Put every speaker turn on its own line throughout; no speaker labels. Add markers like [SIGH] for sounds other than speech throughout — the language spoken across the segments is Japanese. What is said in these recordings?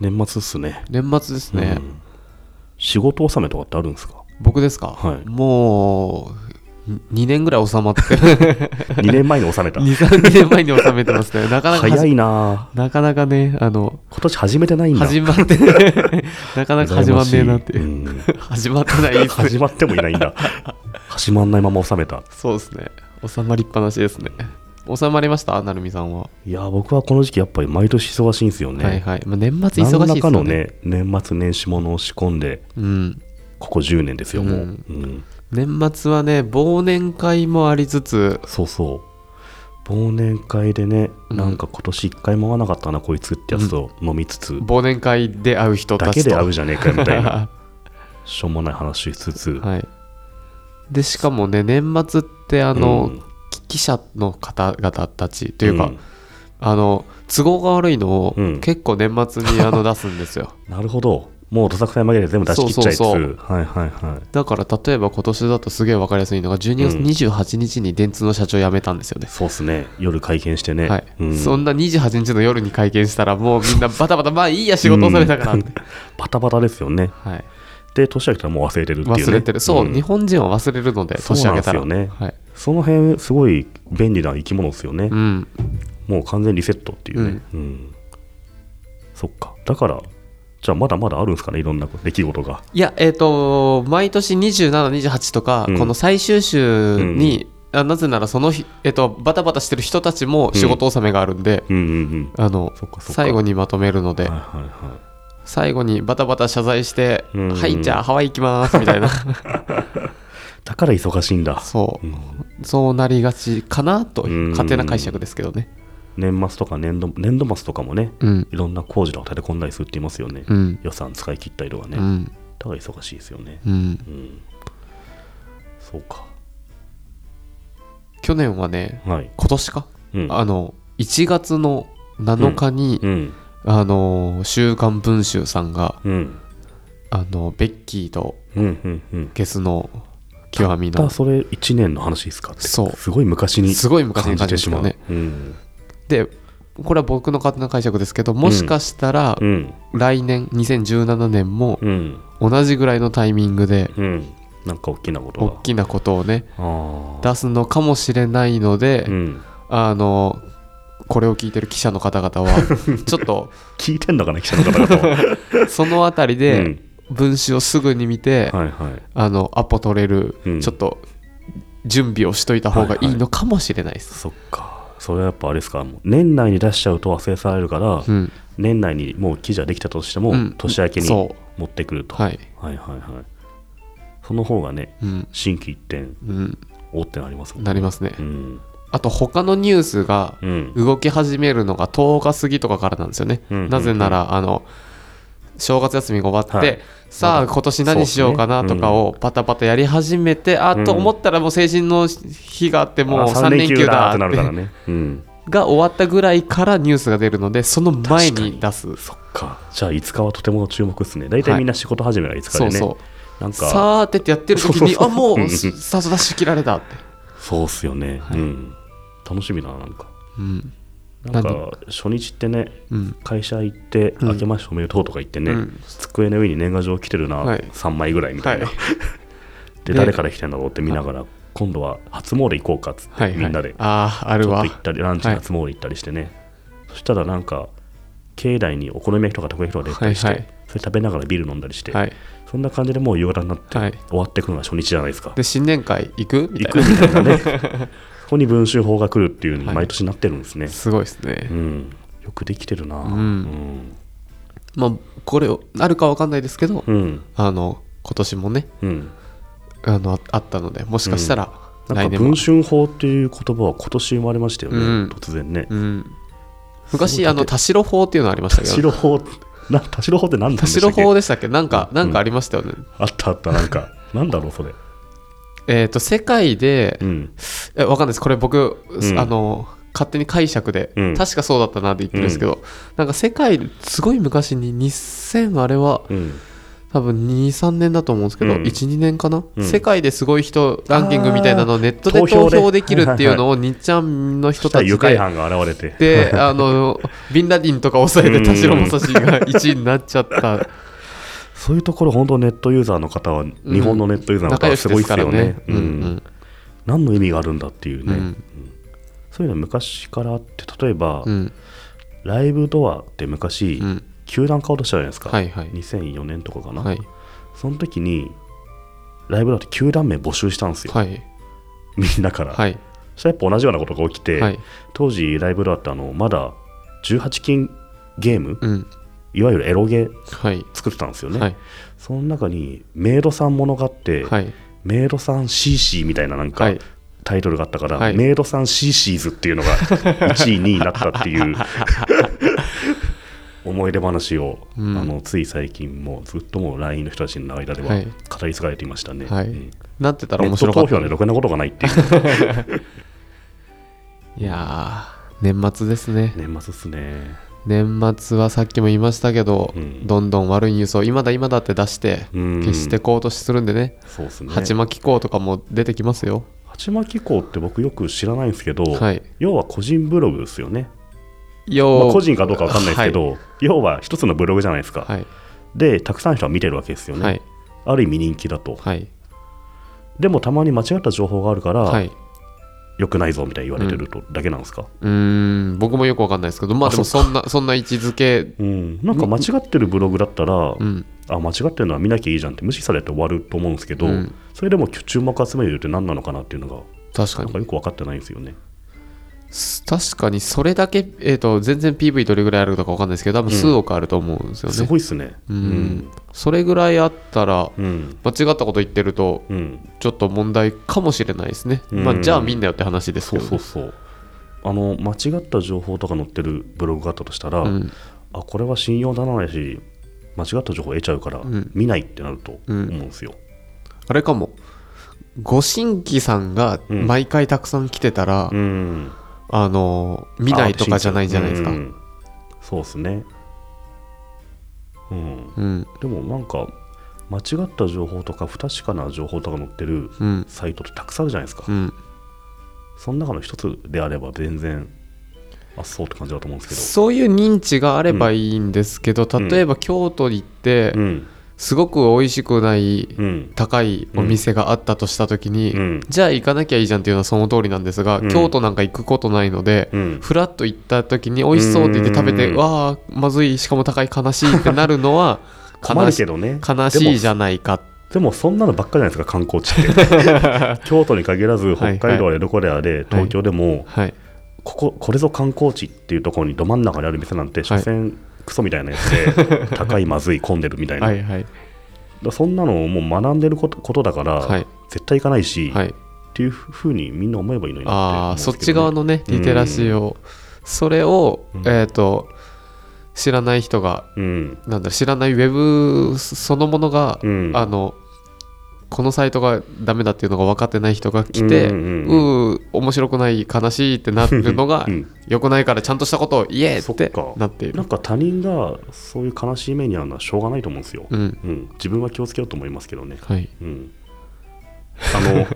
年末っすね。
年末ですね、
うん仕事納めとかってあるんです
[LAUGHS]
か
僕ですか、
はい
もう2年ぐらい収まって
[LAUGHS] ?2 年前に納めた。
23年前に収めてますねなかなか
早
い
いな
なかなかねあの
今年始めてないんだ。
始
[LAUGHS]
まってなかなか始まんねえなってい
羨
う
ましいうん
始まってな
[LAUGHS]
いですね
始まってもいないん
[LAUGHS]
だ。始まんないまま収めた。
そうですね収まりっぱなしですね収まりましたなるみさんは、
いや、僕はこの時期やっぱり毎年忙しいんですよね。
はいはい、まあ、年末忙しいです
何
よね
らかのね、年末年始ものを仕込んで、
うん、
ここ10年ですよ、もう。
う
うんん
年末はね忘年会もありつつ
そうそう。忘年会でね、
うん
なんか今年1回も会わなかったな、こいつってやつと飲みつつ、
忘年会で会う人た
だ
ちと
けで会うじゃねえかよみたい
[LAUGHS]
な、
は
しょうもない話しつつ、
いでしかもね年末ってあの、
うん
記者の方々たちというか、
うん
あの都合が悪いのを
うん
結構年末にあの出すんですよ
なるほど、もう土作さん紛れて全部出し切っちゃえつつ、
そう
は
そ
いうはいはい。
だから例えば今年だとすげえ分かりやすいのが12月28日に電通の社長辞めたんですよね、
そうっすね、夜会見してね、
はい
うん
そんな28日の夜に会見したらもうみんなバタバタまあいいや仕事をされたからって、
バタバタですよね。
はい、
で、年明けたらもう忘れてるっていう、ね、
忘れてるそう、
ん
日本人は忘れるので
そう
年
なん
明
で
け
す
たら
よね
はい
その辺すごい便利な生き物ですよね、
うん、
もう完全リセットっていうね、うんそっか、だから、じゃあまだまだあるんですかね、いろんな出来事が。
いやえっ、と毎年2728とか、
うん
この最終週に、あなぜならその日、えっとバタバタしてる人たちも仕事納めがあるんで、
うんうんうん、
あの
そっかそっか
最後にまとめるので、
はいはいはい。
最後にバタバタ謝罪して「
うんうん
はいじゃあハワイ行きます」みたい
[LAUGHS]
な
だから忙しいんだ。
そう、
うん
そうなりがちかなと
うん
勝手な解釈ですけどね
年末とか年度年度末とかもね、
うん
いろんな工事とか立て込んだりするって言いますよね。
うん
予算使い切ったりとかね、
う
だ
ん
から忙しいですよね。
うん
うん。そうか。
去年はね
はい。
今年か、
うん。
あの1月の7日に、
うん。
あの「週刊文春」さんが
うん。
あのベッキーと
うん。うん。うん。
ゲスの極み
ただ
の
それ1年の話ですかって
そう
すごい昔に
すごい昔に感
感
じ
じてし
てし
ま
まう
う
ね
うん
でこれは僕の勝手な解釈ですけどもしかしたら
うん
来年2017年も
うん
同じぐらいのタイミングで
うんなんか大きなこと
大
が
きなことをね
ああ
出すのかもしれないので、
うん
あのこれを聞いてる記者の方々
[LAUGHS]
はちょっと
聞いてんのかな記者の方々は
そのあたり
う
[LAUGHS] で
ん
文集をすぐに見て、
はいはい
あのアポ取れる、
うん
ちょっと準備をしといた方がいいのかもしれないです、
そっかそれはやっぱあれですかもう年内に出しちゃうと忘れ去られるから
うん
年内にもう記事はできたとしても
うん
年明けに
そ
持ってくると
は
はい
い
はいはいその方がね
うん
心機一転
うん、
おってなりますもん
なりますね、
うん
あと他のニュースが
うん
動き始めるのが10日過ぎとかからなんですよね、
うんうんうん
なぜならあの正月休みが終わって、
はい
さ
ま
あ
だ
今年何しようかなとかをパタパタやり始めて、あと
うん
思ったらもう成人の日があってもう
あ
3連休だ
って
っ
なるから
て
ね
[LAUGHS]
うん
が終わったぐらいからニュースが出るのでその前に出す
そっかじゃあ5日はとても注目ですね大体みんな仕事始めが5日で
そ
ね、
うそう
なんか
さあってってやってる時に
そうそうそう
あも
うんう
うんスタートダッシュ切られたって、
そうっすよね、
はい
うん楽しみだななんか
うん
なん
なん
か初日ってね
うん、
会社行って、
うん
明けましておめでとうとか言ってね、
うん
机の上に年賀状来てるな、
はい
3枚ぐらいみたいな、
はい
で
で
誰から来てんだろうって見ながら、今度は初詣行こうかっつって、
はいはい
みんなでちょ
あああ
っ
る
と
わ
行ったりランチに初詣行ったりしてね、そしたらなんか境内にお好み焼きとかたこ焼きとか出たりして、
はいはい
それ食べながらビール飲んだりして、
はい
そんな感じでもう夕方になって
はい
終わってくのが初日じゃないですか。
で新年会行くみ
行
た
く
い
み
な
たい
[LAUGHS]
なね。そこに文集法が来るっていうの
は
に
い
毎年なってるんですね。
すごいですね、
うん。よくできてるな。うんん。
まあこれをあるかわかんないですけど、
うん。
あの今年もね
うん。
あのああったのでもしかしたら
な
来
んか
年も、
文春法っていう言葉は今年生まれましたよね。
うん
突然ね
う。ん昔
すごい
あの田代法っていうのありました
田
けど
代
[LAUGHS]
法、な田代法って何なんで
田
した
代
っけ
法でしたっけなんかなんかありましたよね、
あったあった、なんか。なんだろう、それ。
えっ、と世界で、
うん。
えわかんないですこれ僕、
ん
あの勝手に解釈で、
うん
確かそうだったなって言ってるんですけど、なんか世界すごい昔に2000あれは
うん。
多分23年だと思うんですけど、
うん
12年かな、
うん
世界ですごい人ランキングみたいなのをネットで
投票
投
で
票できるっていうのを日ちゃんの人
そした
た
ら
ち
愉快
で
犯が現れて。
であのビンラディンとか抑えて田代正史が1位になっちゃった
そういうところ、本当ネットユーザーの方は、日本のネットユーザーの方
仲
は
良
す
し
ご
で
いで
す
す
から
よね
ね。
う
うん
ん何の意味があるんだっていうね。うんそういうのは昔からあって、例えば
うんう、ん
ライブドアって昔
う、ん
球団買おうとしたじゃないですか。
はいはい
2004年とかかな。
はい
その時に、ライブドアって球団名募集したんですよ。
はい
みんなから。
はい
そしたらやっぱ同じようなことが起きて、
はい
当時ライブドアってあのまだ18禁ゲーム、
うん
いわゆるエロゲー
はい
作ってたんですよね、
はい
その中にメイドさんものがあって、
はい
メイドさん CC みたいななんか、
はい
タイトルがあったから、
はい
メイドさん CCs っていうの
[LAUGHS]
が1位になったっていう思い出話を、
うん
あのつい最近もうずっともう LINE の人たちの間では
はい
語り継がれていましたね、
はい
うん
なってたら
ネ
面
ット
白か
投
った
票でろくなことがないっていう
いやー年末ですね
年末っすね
年末はさっきも言いましたけど、
うん
どんどん悪いニュースを今だ今だって出して
うん
消してこうとするんでね、
そうっすね
鉢巻き校とかも出てきますよ
鉢巻き校って僕よく知らないんですけど、
はい
要は個人ブログですよね、
要
まあ個人かどうかわかんないですけど、要は一つのブログじゃないですか、
はい
でたくさんの人が見てるわけですよね、
はい
ある意味人気だと
はい
でもたまに間違った情報があるから、
はい
良くないぞみたいに言われてるとだけなんですか、
うーん僕もよくわかんないですけどまあ
あ
でも
そ
そんなそんな位置づけ
うんなんか間違ってるブログだったら、
うん
あ間違ってるのは見なきゃいいじゃんって無視されて終わると思うんですけど、
うん
それでも注目集めるって何なのかなっていうのが
確
な
か
ん
に
かよく分かってないんですよね
す確かにそれだけ、えー、と全然 PV どれぐらいあるのかわかんないですけど多分数億あると思うんですよね、
すごいっすね
うんそれぐらいあったら
うんうん
間違ったこと言ってると
うん
ちょっと問題かもしれないですね、
うん
まあ、じゃあみんなよって話です
そ
け
う
どね
そうそうあの間違った情報とか載ってるブログがあったとしたら、
うん
あこれは信用ならないし間違った情報を得ちゃうから
ん
見ないってなると思う
うん
んですよ、
あれかもご新規さんが
うん
毎回たくさん来てたら、
うん
あのー見ないとかじゃないじゃないですか
う
うん、
んそうですねうんでもなんか間違った情報とか不確かな情報とか載ってる
うん
サイトってたくさんあるじゃないですか、
うん
その中の一つであれば全然あそうって感じだと思うんです
そういう認知があればいいんですけど、
ん
例えば京都に行って
けどうん
すごく美味しくない
うん
高いお店があったとした時に、
うん
じゃあ行かなきゃいいじゃんっていうのはその通りなんですが、
うん
京都なんか行くことないので、
うん
フラッと行った時に美味しそうって言って食べて、
うん
わあまずいしかも高い悲しいってなるのは
困
悲
る
し
けどね
悲しいじ
ゃん
ゃないか
でもそんなのばっかりじゃないですか観光地って
[LAUGHS]
京都に限らず北海道でどこであれ、東京でも、
はい
こここれぞ観光地っていうところにど真ん中にある店なんて所詮クソみたいなやつで、
[LAUGHS]
高いまずい混んでるみたいな、
はいはい
だそんなのをもう学んでることことだから、
はい
絶対行かないし、
は
っ
い
ていうふうにみんな思えばいいのに
あ
な
あ
って
そ
思うんです
っ
け
ち
ど
側
ね
のねリテラシーをそれを
うん
えっと知らない人が
うん
なんだ知らないウェブそのものが
うん
あのこのサイトがダメだっていうのが分かってない人が来て
う
うん
うん
ー面白くない悲しいってなるのが
うん
良くないからちゃんとしたことを言えっ
そってか
なってい
な
る
んか他人がそういう悲しい目に遭うのはしょうがないと思うんですよ、
うん
うん自分は気をつけようと思いますけどね、
はい
うん、あ
[LAUGHS]
の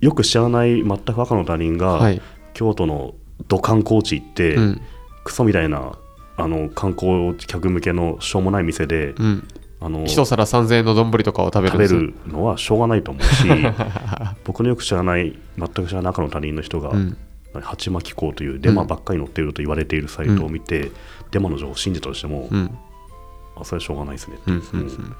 よく知らない全く赤の他人が、
はい
京都の土観光地行って、
うん
クソみたいなあの観光客向けのしょうもない店で、
うん
あの
一皿3000円の丼とかを食べる
食
んで
べ
すよ
るのはしょうがないと思う
[LAUGHS]
し僕のよく知らない全く知らない赤の他人の人が、
うん
鉢巻き港というデマばっかり載っていると言われているサイトを見て、デマの情報を信じたとしても、
うん
あそれはしょうがないですね、
うんうん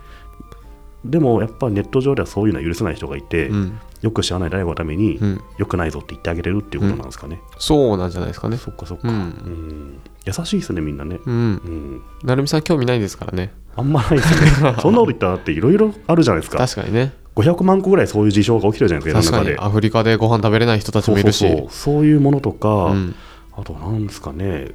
でもやっぱネット上ではそういうのは許せない人がいて、
うん
よく知らない誰かのために、
うん
よくないぞって言ってあげれるっていうことなんですかね、
そうなんじゃないですかね
そっかそっか、
う
うんん優しいですねみんなね、
うん
うん、
なるみさん興味ないんですからね
あんまないです
[LAUGHS]
ねそんなこと言ったらだっていろいろあるじゃないですか
確かにね
500万個ぐらいそういう事象が起きてるじゃないですか
確
世の
か
中
に
で
アフリカでご飯食べれない人たち
そ
も
う
い
そう
るし
そうそういうものとか、
うん
あとなんですかね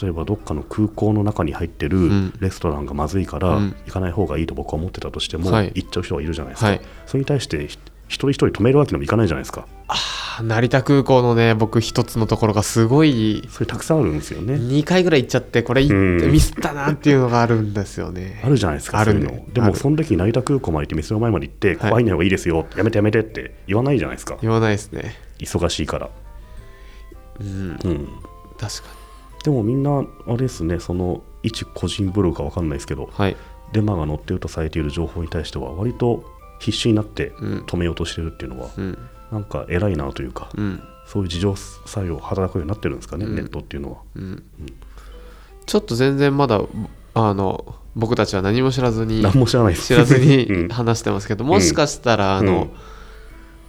例えばどっかの空港の中に入ってる
ん
レストランがまずいから、
うん
行かない方がいいと僕は思ってたとしても、
はい
行っちゃう人がいるじゃないですか、
はい
それに対してひ一人一人止めるわけにもいかないじゃないですか
ー成田空港のね僕一つのところがすごい
それたくさんあるんですよね。
2回ぐらい行っちゃってこれ行って
うん
ミスったなっていうのがあるんですよね
あるじゃないですか、
あ
そう
る
いう
ね
の。で
あ
も、
る
その時成田空港まで行って、店の前まで行って、
はい
怖いのがいいですよ、やめてやめてって言わないじゃないですか、
言わないですね
忙しいから。
うん
うん、
確かに
でもみんな、あれですね、その一個人ブログか分かんないですけど、
はい
デマが載っているとされている情報に対しては、割と必死になって
うん
止めようとしてるっていうのは、
うん
なんか偉いなというか、
うん
そういう自浄作用を働くようになってるんですかね、
うん
ネットっていうのは。
うんちょっと全然まだあの僕たちは何も知らずに
何も知らないです。
知らず
[LAUGHS] う
に
ん
話してますけど、もしかしたらあの、
うん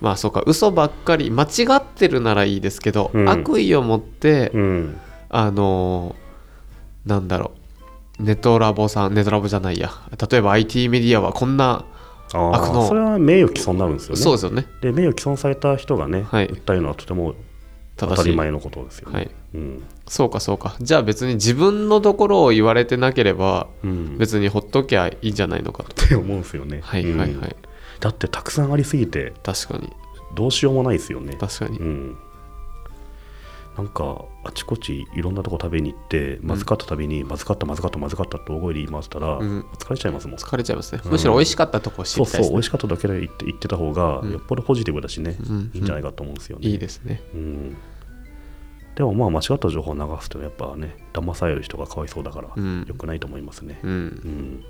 まあそうか嘘ばっかり間違ってるならいいですけど、
うん
悪意を持って、
うん、
あのーなんだろうネトラボさんネトラボじゃないや例えば IT メディアはこんな、
あ
あこの
あ、それは名誉毀損になるんですよね。
そうですよね
で名誉毀損された人がね、
はい
訴えるのはとても当
正
た
し
り
い
前のことですよね。
はい、
うん
そうかそうかじゃあ別に自分のところを言われてなければ
うん、っ
別にほっときゃいいんじゃないのかと、
て思うんですよね。
はいはいはい、
うんだってたくさんありすぎて
確かに
どうしようもないですよね。
確かに、
うん、なんかあちこちいろんなとこ食べに行ってまずかったたびにまずかったまずかったまずかったって大声で言い回したら、
うん
疲れちゃいますもん。
疲れちゃいますね
うん
むしろ美味しかったとこを知
そう
りた
そ
いうです
美
ね、
味しかっただけで言って言ってた方が
うん
よっぽどポジティブだしね、
うん
いいんじゃないかと思うんですよね。
いいですね
うん、でもまあ間違った情報を流すというのはやっぱね騙される人がかわいそうだから、
うん
よくないと思いますね。
うん
うん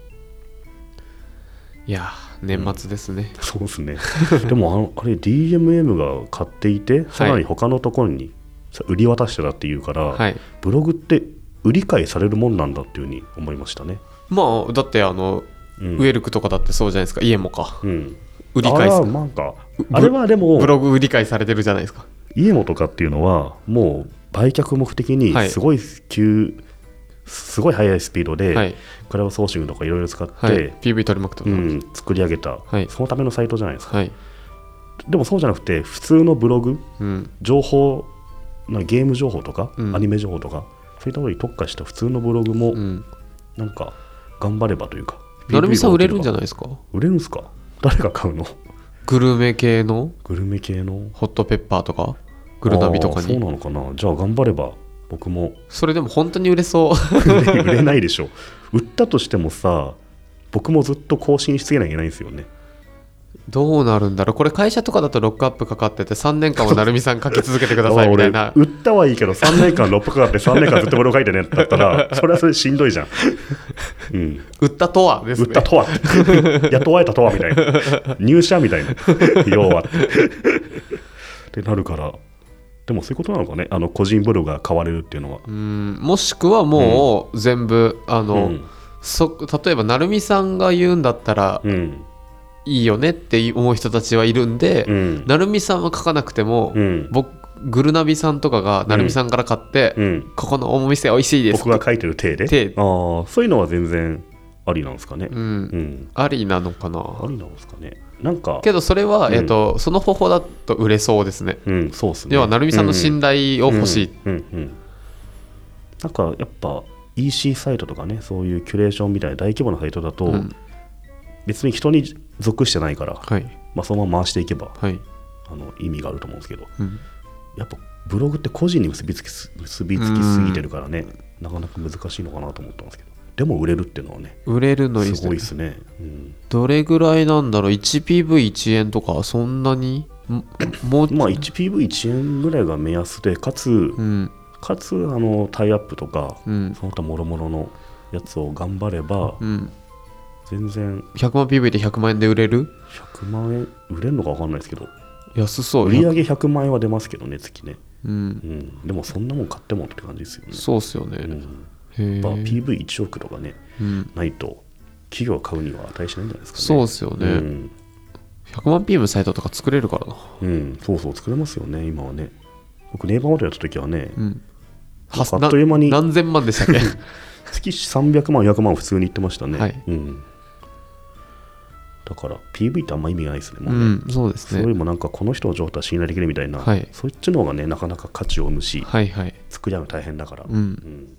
いやー年末ですね、
そうですね [LAUGHS] でもあのあれ DMM が買っていてさらに他のところにさ売り渡してたっていうから、
はい
ブログって売り買いされるもんなんだっていうふうに思いましたね。
まあだってあの、
うん
ウェルクとかだってそうじゃないですか家もか
うん、
売り買い
あ
さ
れはなんか
ブ
あれはでも
ブログ売り買いされてるじゃないですか
イエモとかっていうのはもう売却目的に
はい
すごい急、すごい速いスピードで、
はい
クラウドソーシングとかいろいろ使って、
はい PV 取りまくって
う
ます、
ん、作り上げた、
はい
そのためのサイトじゃないですか、
はい、
でもそうじゃなくて普通のブログ
うん、
情報なゲーム情報とか、
うん
アニメ情報とかそういったところに特化した普通のブログも、
うん
なんか頑張ればというか
なるみさん売れるんじゃ
ない
ないですか
売れるんすか誰が買うの
グルメ系の
グルメ系の
ホットペッパーとかグルナビとか
あーそう
に
なのかなじゃあ頑張れば僕も [LAUGHS]
それでも本当に売れそう
売れないでしょ売ったとしてもさ僕もずっと更新し続けなきゃいけないんですよね
どうなるんだろうこれ会社とかだとロックアップかかってて3年間はなるみさん書き続けてくださいみたいな
あ [LAUGHS] 俺売ったはいいけど3年間ロップかかって3年間ずっとブログ書いてねだったらそれはそれしんどいじゃん、うん、
売ったとはです
売
ね
ったとは
[LAUGHS]
雇われたとはみたいな入社みたいな要はってなるからでもそういうことなのかねあの個人ブログが買われるっていうのは、
うんもしくはもう全部、あの、
うん
そ例えばなるみさんが言うんだったら
うん
いいよねって思う人たちはいるんで、
うん
なるみさんは書かなくても、
うん
僕グルナビさんとかがなるみさんから買って、
うん
ここのお店美味しいです
僕が書いてる体で
体
あーそういうのは全然ありなんですかね
う
うんん
ありなのか
あ
な
りなんですかねなんか
けどそれは、
うん
えっとその方法だと売れそうですね
うんそうっすね
要はなるみさんの信頼を欲しい、
うんうんうんなんかやっぱ EC サイトとかねそういうキュレーションみたいな大規模なサイトだと、
うん
別に人に属してないから、
はい
まあ、そのまま回していけば
はい、
あの意味があると思うんですけど
うん
やっぱブログって個人に結びつきす結びつきすぎてるからねなかなか難しいのかなと思ったんですけどでも売れるっていうのはね
売れるのいいですす
ごい
ね
ですね、うん
どれぐらいなんだろう 1PV1 円とかそんなにんもう、
まあ 1PV1 円ぐらいが目安でかつ
うん
かつあのタイアップとか
うん
その他もろもろのやつを頑張れば
うん
全然
100万 PV で100万円で売れる
100万円売れるのか分かんないですけど
安そう
売り上げ100万円は出ますけどね月ね、
うん
うん、でもそんなもん買ってもって感じですよね、
そうっすよね、
うん
へ
や
え、
っぱ PV1 億とかね
うん、
ないと企業が買うには値しないんじゃないですかね
そうっすよね、
うん、
100万 PV のサイトとか作れるからな
うん、そうそう作れますよね今はね僕ネイバーモードやった時はね、
うん
なんかあっという間に
な何千万でした
[LAUGHS]
っけ
月300万400万普通にいってましたね、
はい
うん、だから PV ってあんま意味がないですねも
う
うね、
んそうです
それよ
ね
りもなんかこの人の状態は信頼できるみたいな、
はい
そっちの方がねなかなか価値を生むし、
はいはい
作り上げるの大変だから、
うん
うん